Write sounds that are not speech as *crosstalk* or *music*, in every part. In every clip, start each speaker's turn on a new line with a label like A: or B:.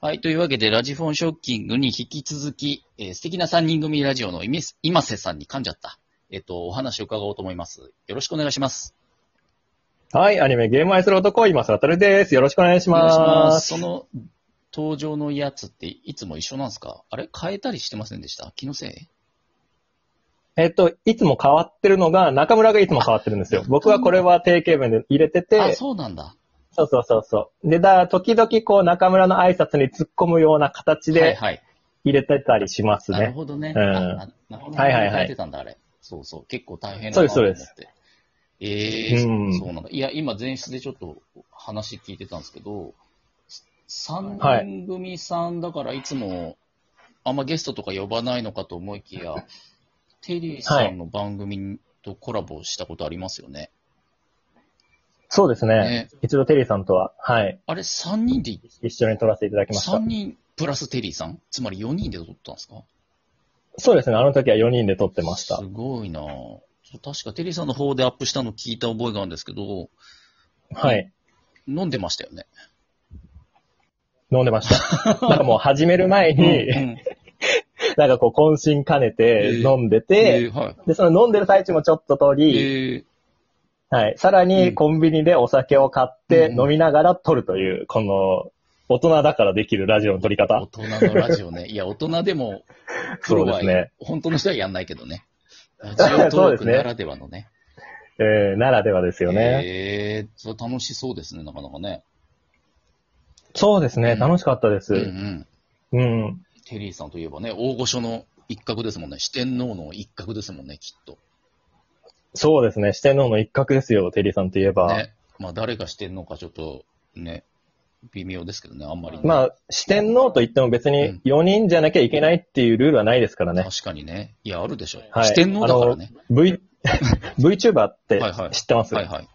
A: はい。というわけで、ラジフォンショッキングに引き続き、えー素敵な3人組ラジオのイメス今瀬さんに噛んじゃった。えっ、と、お話を伺おうと思います。よろしくお願いします。
B: はい、アニメゲーム愛する男、今瀬るです。よろしくお願いし
A: お願いし
B: ま
A: ます。
B: す。
A: その、登場のやつっていつも一緒なんですかあれ変えたりしてませんでした気のせい
B: えっと、いつも変わってるのが、中村がいつも変わってるんですよ。僕はこれは定型文で入れて
A: あ、
B: て、
A: そうなんだ。
B: そうそうそうそう。で、だ、時々こう中村の挨拶に突っ込むような形
A: はい
B: で
A: はい。
B: 入れてたりします
A: なる
B: ね。
A: ほどね。
B: うん
A: あななるほどね
B: はいはいはい
A: 変えてたんだ、あれ。そうそう。結構大変だ
B: そう
A: な
B: で
A: と思っ
B: す
A: て。
B: そう
A: ええ
B: うん
A: そうなんだ。いや、今前室でちょっと話聞いてたんですけど、3
B: はい
A: 人組さんだからいつも、あんまゲストとか呼ばないのかと思いきや、テリーさんの番組とコラボしたことありますよね。
B: そうですね。
A: ね
B: 一度テリーさんとは、はい、
A: あれ3人で、
B: 一緒に撮らせていただきました
A: 3。人プラステリーさんつまり4人で撮ったんですか
B: そうですね。あの時は4人で撮ってました
A: す。ごいなぁそう確かテリーさんの方でアップしたの聞いた覚えがあるんですけど、
B: はい。
A: 飲んでましたよね。
B: 飲んでま
A: *laughs*
B: した。なんかもう始める前に、なんかこう懇親兼ねて飲んで
A: え
B: て、
A: ーはい。
B: で、その飲んでる最中もちょっと撮り、
A: え
B: はい。さら
A: うん
B: に、コンビニでお酒を買って
A: うん
B: 飲みながら撮るという、この、大人だからできるラジオの撮り
A: ー、大
B: 方。
A: 人のラジオね。いや、大人でも、プロは、
B: *laughs* そうですね
A: 本当の人はやんないけど
B: *laughs*
A: ね。ラジオトークならではのね。
B: えー、ならではですよね。
A: えー、それ楽しそうですね、なかなかね。
B: そうです
A: う
B: ね。
A: ん
B: 楽しかったで
A: うんう
B: す。
A: ん。
B: うん。
A: テリーさんといえばね、大御所の一角ですもんね。四天王の一角ですもんね、きっと。
B: そうですね。四天王の一角ですよ、テリーさんといえば。
A: ね。まあ、誰が四天王かちょっと、ね、微妙ですけどね、あんまりね、
B: まあ、四天王といっても別
A: うん
B: に4人じゃなきゃいけないっていうルールはないですからね。
A: 確かにね。いや、あるでしょ。
B: はい
A: 四天王だからね。
B: V、VTuber って
A: はいはい
B: 知ってます
A: はいはい。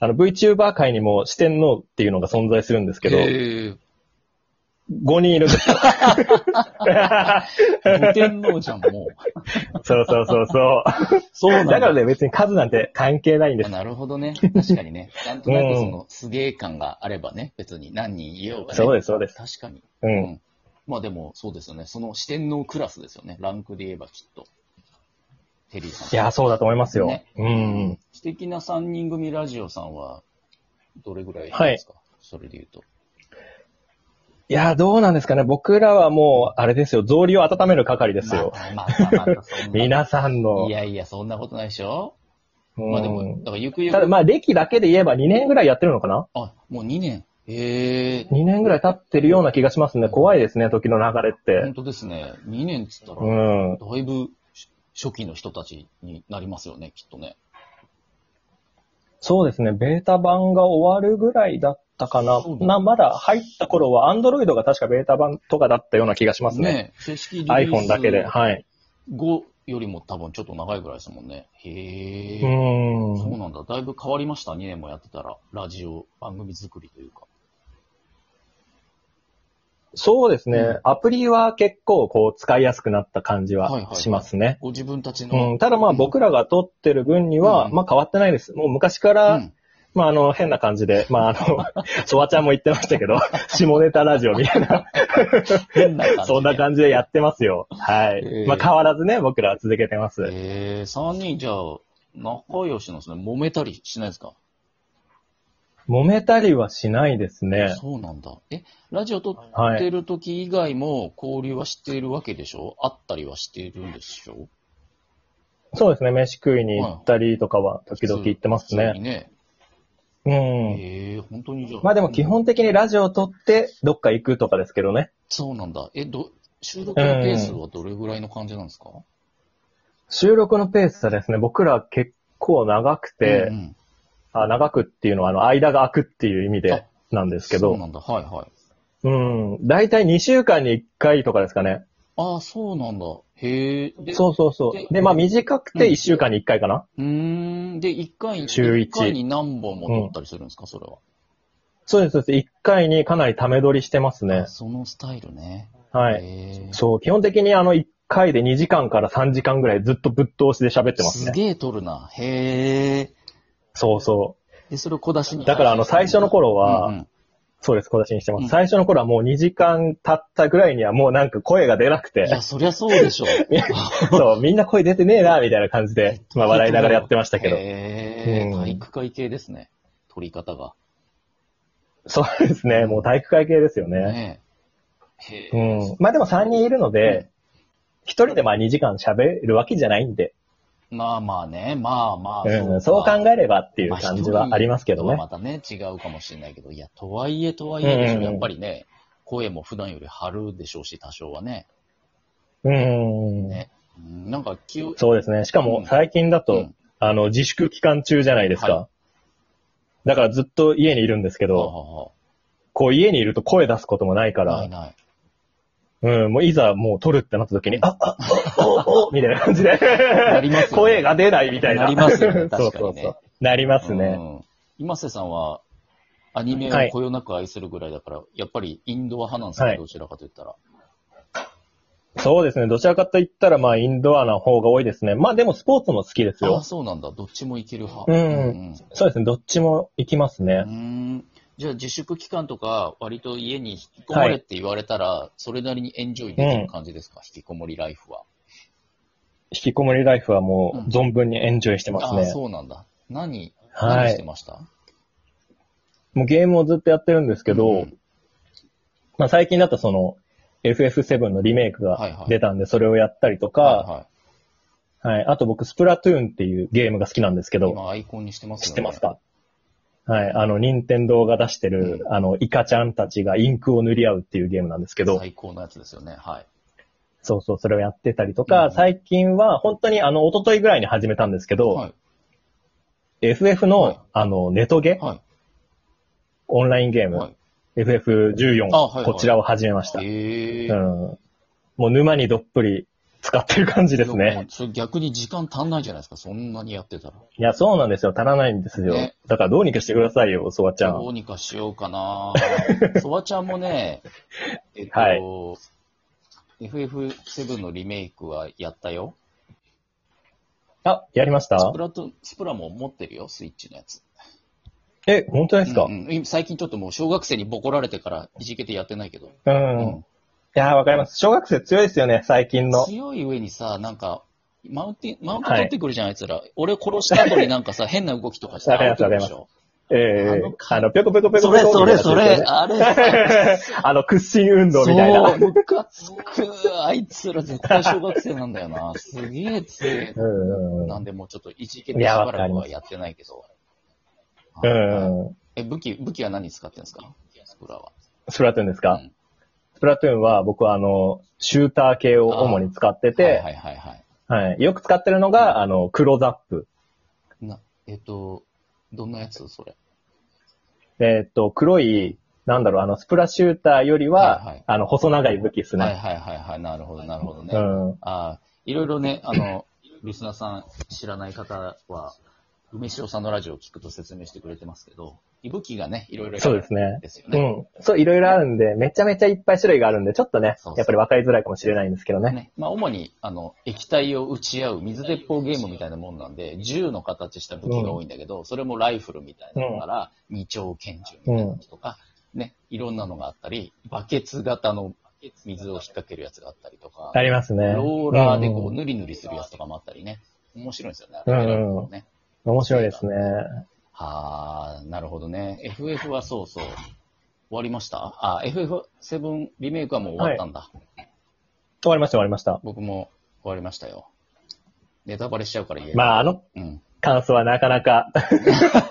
B: あの ?VTuber 界にも四天王っていうのが存在するんですけど、
A: え
B: 5人いる
A: *laughs*
B: んですよ。 *laughs*
A: ー、五天王じゃん、もう。
B: そうそうそうそう。
A: そう
B: *laughs* だからね、別に数なんて関係ないんです。
A: なるほどね。確かに
B: *laughs*
A: ね。なんとなくその、すげえ感があればね、別に何人いようがね。
B: そうです、そうで
A: 確
B: す。
A: かに。
B: う
A: うん
B: ん。
A: まあでも、そうですよね。その四天王クラスですよね。ランクで言えばきっと。テリーさん。
B: いや、そうだと思いますよ。
A: ね
B: うん。
A: 素敵な3人組ラジオさんは、どれぐらいですか、それで言うと。
B: いや、どうなんですかね。僕らはもう、あれですよ。草履を温める係ですよ。
A: まあ。またまた
B: *laughs*
A: そんな
B: 皆さんの。
A: いやいや、そんなことないでしょ
B: うん
A: まあでも、だからゆくゆく
B: ただ、まあ、歴だけで言えば2年ぐらいやってるのかな
A: あ、もう2年。ええ
B: ?2 年ぐらい経ってるような気がしますね。怖いですね、時の流れっ
A: 本
B: て。
A: 当ですね。2年っつったら、
B: う
A: だ
B: ん。
A: いぶし初期の人たちになりますよね、きっとね。
B: そうですね。ベータ版が終わるぐらいだったかな
A: そう。だ
B: な、まだ入った頃は、アンドロイドが確かベータ版とかだったような気がしますね。
A: ね正式リリース
B: iPhone だけで。はい。
A: 5よりも多分ちょっと長いぐらいですもんね。へ
B: う
A: え、
B: ん。
A: そうなんだ。だいぶ変わりました、2年もやってたら。ラジオ番組作りというか。
B: そうですね、
A: うん
B: アプリは結構こう使いやすくなった感じ
A: はいはいは
B: はいしますね。
A: ご自分たち
B: う
A: の。
B: ん、ただまあ僕らが撮ってる分には、
A: うん
B: まあ変わってないです。もう昔から、
A: うん
B: まああの変な感じで、まああの、
A: *laughs*
B: ソワちゃんも言ってましたけど、下ネタラジオみたいな、
A: 変な感じで。
B: そんな感じでやってますよ。はい。
A: ええ
B: まあ変わらずね、僕らは続けてます。
A: ええ3人じゃあ、仲良しなんですね。揉めたりしないですか
B: 揉めたりはしないですね。
A: そうなんだ。え、ラジオ撮っ
B: は
A: て
B: い。
A: る時以外も交流はしているわけでしょ会ったりはしているんでしょ
B: そうですね、飯食いに行ったりとかは時々行ってます
A: 普通
B: ね。
A: にね。
B: うん。
A: ええ本当にじゃあ。
B: まあでも基本的にラジオ撮ってどっか行くとかですけどね。
A: そうなんだ。え、ど、収録のペースはどれぐらいの感じなんですか、
B: 収録のペースはですね、僕ら結構長くて、
A: うんうん
B: あ長くっていうのは、あの、間が空くっていう意味
A: あ
B: でなんですけ
A: そう
B: ど、
A: なんだ。はいはい。
B: うん、大体2週間に1回とかですかね。
A: ああ、そうなんだ。へえ。で、
B: そうそうそ
A: で
B: う。で、まあ短くて1週間に1回かな。
A: うーん。で、1回に、
B: 週一
A: 一回に何本も撮ったりするんですか、それは。
B: そうです、そうです。1回にかなりため撮りしてますね
A: あ。そのスタイルね。
B: はい。
A: へえ
B: そう、基本的にあの1回で2時間から3時間ぐらいずっとぶっ通しで喋ってます
A: す
B: ね。
A: げえ撮るな。へえ。
B: そうそ
A: で、それを小出しに。
B: う。だからあの最初の頃は、
A: うんうん
B: そうです、小出しにしてま
A: うん
B: す。最初の頃はもう2時間経ったぐらいにはもうなんか声が出なくて
A: い、や、そりゃそうでしょう。
B: *laughs* そう、みんな声出てねえな、みたいな感じで、まあ笑いながらやってましたけど。
A: へー
B: うん
A: 体育会系ですね。取り方が。
B: そうですね、もう体育会系ですよね。
A: ねえ。へ
B: う
A: え。
B: ん。まあでも3人いるので、1人でまあ2時間喋るわけじゃないんで、
A: まあまあね、まあまあ。
B: うん、そう考
A: っ
B: えればっていう感じはありますけどね。
A: またね、違うかもしれないけど、いや、とはいえとはいえでしょ、
B: うんうんう
A: や
B: ん
A: っぱりね、声も普段より張るでしょうし、多少はね。
B: うん。
A: ねうんなんか気を、
B: そうですね。しか
A: う
B: も
A: ん
B: 最近だと、
A: うん
B: あの、自粛期間中じゃないですか。
A: は
B: だからずっと家にいるんですけ
A: は
B: ど、
A: はは
B: こう家にいると声出すこともないか
A: ない
B: ら、
A: ない。
B: うん、もういざもう撮るってなった時に、あ、あ、お、
A: *laughs*
B: お、お、みたいな感じで、
A: りますよね
B: 声が出ないみたいな。
A: なりますよね
B: そう
A: 確かにね
B: そうそうなりますね。
A: うん。今瀬さんは、アニメをこよなく愛するぐらいだから、やっぱりインドア派なんですか、
B: はい
A: どちらかと言ったら。
B: そうですね。どちらかと言ったら、まあ、インドアな方が多いですね。まあ、でもスポーツも好きです
A: あ
B: よ
A: あ、。そうなんだ。どっちもいける派。
B: うんそうですね。どっちも行きます
A: う
B: ね。
A: んじゃあ自粛期間とか、割と家に引きこもれって言われたら、それなりにエンジョイできる感じですか、引きこもりライフは。
B: 引きこもりライフはも
A: うん
B: う、存分にエンジョイしてます
A: ああ、
B: ね。
A: そうなんだ。何、
B: は
A: 何して
B: い。
A: ました
B: もうゲームをずっとやってるんですけど、
A: うん
B: まあ、最近だとその、FF7 のリメイク
A: はいは
B: が
A: い
B: 出たんで、それをやったりとか、
A: は
B: はい。あと僕、スプラトゥーンっていうゲームが好きなんですけ
A: いはい、
B: ど、
A: 今アイコンにしてますよね。
B: 知ってますかはい。あの、任天堂が出して
A: う
B: る、あの、イカちゃんたちがインクを塗り合うっていうゲームなんですけど、
A: 最高のやつですよね。はい。
B: そうそう、それをやってたりとか、
A: うん
B: 最近は、本当にあの、一昨日ぐらいに始めたんですけど、
A: はい。
B: FF の、
A: はい
B: あの、ネトゲ、
A: は
B: オンラインゲー
A: い。
B: ム、
A: はい、
B: FF14、
A: あはいはい
B: こちらを始めました。
A: え
B: う
A: ー。
B: ん。もう沼にどっぷり使ってる感じです
A: もう
B: ね。。
A: それ逆に時間足んないじゃないですか、そんなにやってたら。
B: いや、そうなんですよ。足らないんですよ。
A: ね
B: だからどうにかしてくださいよ、ソワちゃん
A: ど。うにかしようか
B: *laughs*
A: な。ソワちゃんもね、えっと、
B: はい
A: FF7 のリメイクはやったよ。
B: あ、やりました
A: スプラトゥーンスプラも持ってるよ、スイッチのやつ。
B: え、本当ですか
A: うんうん最近ちょっともう小学生にボコられてからいじけてやってないけど。
B: うん。
A: う
B: い
A: ん
B: やー、わかります。小学生強いですよね、最近の。
A: 強い上にさ、なんか、マウンテン、マウント取ってくるじゃん、あいつら。俺殺した後になん
B: *laughs*
A: かさ、変な動きとかして
B: わかります
A: アウトでしょ
B: え
A: あ
B: え
A: の
B: あの、ぴょこぴょこぴょこぴょ
A: そ
B: こ
A: れ、それ、
B: みた
A: そ
B: いなやつ
A: れ、
B: ですよね
A: あれさ
B: あの、屈伸運動みたい
A: そ
B: な
A: う、。ムカつく。あいつら絶対小学生なんだよな。すげえ強い。
B: うんうんう。
A: なんんで、もうちょっといじけてしばらくはやってないけど。
B: う
A: はい
B: んうん。
A: え、武器、武器は何使ってんですかスプラは。
B: スプラトゥーンです
A: う
B: か、
A: ん
B: スプラトゥーンは僕はあの、シューター系を主に使ってて、
A: はいはいはいはい。
B: はいよく使ってるのが、あの、クローズアップ。
A: な、えっと、どんなやつそれ。
B: えーっと、黒い、なんだろう、あの、スプラシューターよりは、
A: はいはい
B: あの、細長い武器です
A: はい
B: ね。
A: はいはいはい。なるほどなるほどね。
B: うん。
A: ああ、いろいろね、あの、リスナーさん知らない方は、梅塩さんのラジオを聞くと説明してくれてますけど、武器がね、いろいろ。
B: そうですすね。
A: ですよ
B: う
A: ね。
B: ん。そう、いろいろあるんで、めちゃめちゃいっぱい種類があるんで、ちょっとね
A: そうそう、
B: やっぱり分かりづらいかもしれないんですけどね。
A: ね、まあ、主に、あの、液体を打ち合う水鉄砲ゲームみたいなもんなんで、銃の形した武器が多いんだけど、それもライフルみたいなのから、二丁拳銃みたいなのとか、ね、いろんなのがあったり、バケツ型の水を引っ掛けるやつがあったりとか、
B: ありますね。
A: ローラーでこ
B: う、
A: うんぬりぬりするやつとかもあったりね、面白いんですよね、
B: うんうん
A: あれねね。
B: 面白いですね。
A: はあ、なるほどね。FF はそうそう。終わりましたあ、FF7 リメイクはもう終わったんだ。
B: 終わりました、終わりました。
A: 僕も終わりましたよ。ネタバレしちゃうから言えない。
B: まあ、あの
A: うん。
B: 感想はなかなか、 *laughs*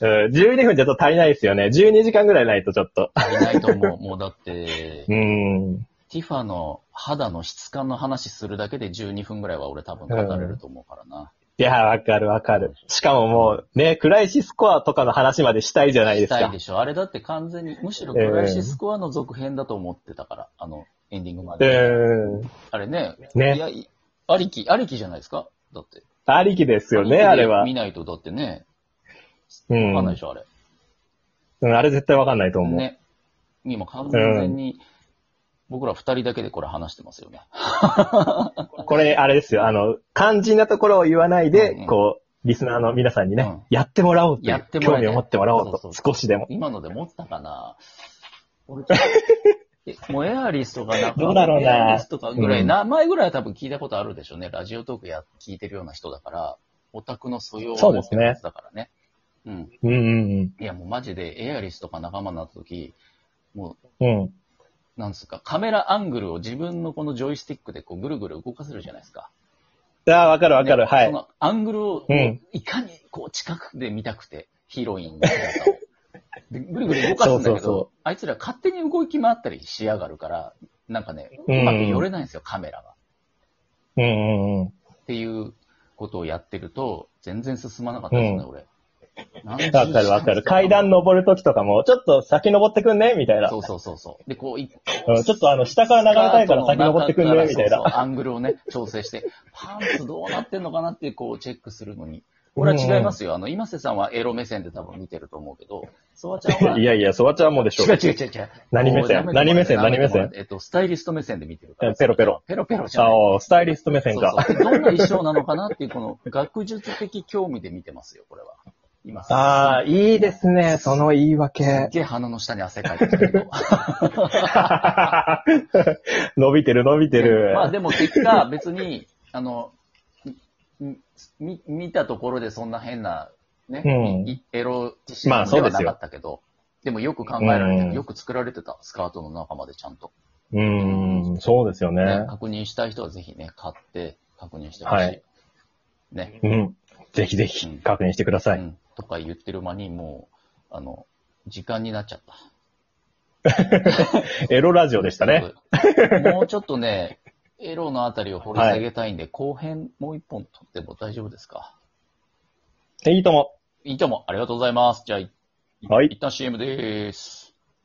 B: うん12分じゃちょっと足りないですよね。12時間ぐらいないとちょっと。
A: 足りないと思う。もうだって *laughs*
B: う、ん。
A: ティファの肌の質感の話するだけで12分ぐらいは俺多分語れると思うからな。
B: いや、わかるわかる。しかももう、ね、クライシスコアとかの話までしたいじゃないです
A: したい
B: か
A: で。しょ。あれだって完全に、むしろクライシスコアの続編だと思ってたから、あの、エンディングま
B: う
A: で。
B: ん。
A: あれね、い
B: ね、
A: や、いありき、ありきじゃないですかだって。
B: ありきですよ
A: あ
B: ね、
A: れ
B: あれは
A: 見。ないと、だってね、
B: う
A: わ
B: ん。
A: かんないでしょ、あれ。
B: うんあれ絶対わかんないと思う。
A: ね。今完全に、僕ら二人だけでこれ話してますよね。
B: これ、あれですよ。あの、肝心なところを言わないで、
A: うんうん
B: こう、リスナーの皆さんにね、
A: うん
B: やってもらおうとい
A: や
B: う
A: って、も
B: 興
A: らいたい
B: 味を持ってもらおうと、
A: そうそう
B: 少しでも。
A: 今ので持ったか
B: *laughs*
A: な俺ちょっとえもうエアリスとかなんか、
B: どうだろうな
A: エアリスとかぐらい、
B: うん
A: 名前ぐらいは多分聞いたことあるでしょうね。ラジオトークや、聞いてるような人だから、オタクの素養
B: そうです
A: 持
B: ね
A: ってるやつだからね。うん。
B: うんうん
A: いや、もうマジでエアリスとか仲間になった時、も
B: うん。うん。
A: う、なんすか、カメラアングルを自分のこのジョイスティックでこうぐるぐる動かせるじゃないですか。
B: ああ、わかるわか
A: ね
B: る、は
A: そ
B: い。
A: のアングルを
B: うん
A: いかにこう近くで見たくて、ヒロインの姿を。でぐるぐる動かすんだ
B: そうそ
A: け
B: うそ
A: ど、あいつら勝手に動き回ったりしやがるから、なんかね、
B: うん
A: うまく寄れないんですよ、カメラが。
B: うんうんうん。
A: っていうことをやってると、全然進まなかったですね、
B: う
A: 俺。何
B: わかるわかる。階段登るときとかも、ちょっと先登ってくんねみたいな。
A: そうそうそうそう。で、こう、い
B: うんちょっとあの、下から眺めたいから先登ってくんねみたい
A: そうそう
B: な。。
A: アングルをね、調整して、パンツどうなってんのかなってこうチェックするのに。俺は違いますよ。あの、今瀬さんはエロ目線で多分見てると思うけど、ソワちゃんは
B: やいや、そわちゃんもでし
A: 違う違う違う違う。
B: 何目線
A: もう舐めてもらって
B: 何目線何
A: 舐め
B: 目線
A: てもらってえっと、スタイリスト目線で見てるから。
B: ペロペロ。
A: ペロペロじゃない。
B: ああ、スタイリスト目線
A: そう
B: か。
A: そう。どんな衣装なのかなっていう、この学術的興味で見てますよ、これは。今瀬さん
B: ああ、いいですね、その言い
A: *laughs*
B: 訳 *laughs*
A: すっ。げえ鼻の下に汗かいてきてる。
B: 伸びてる伸びてる。
A: まあでも結果、別に、あの、みみ見たところでそんな変な、ね、
B: うん
A: いエロ知識で
B: まあそう
A: は
B: です
A: な
B: よ
A: かったけど、でもよく考えられて
B: うん
A: る、よく作られてた、スカートの中までちゃんと。
B: うーん、そうですよ
A: ね
B: ね、。
A: 確認したい人はぜひね、買って確認してほしい。
B: はい
A: ね、
B: うん。ぜひぜ
A: うん
B: ひ確認してくださ
A: う
B: い。
A: ん。とか言ってる間に、もう、あの、時間になっちゃった。
B: エロラジオでしたね。
A: もうちょっとね、エロのあたりを掘り下げたいんで、後編もう一本撮っても大丈夫ですか
B: いいとも。
A: いいとも、ありがとうございます。じゃあ、い
B: はい
A: 一旦 CM でーす。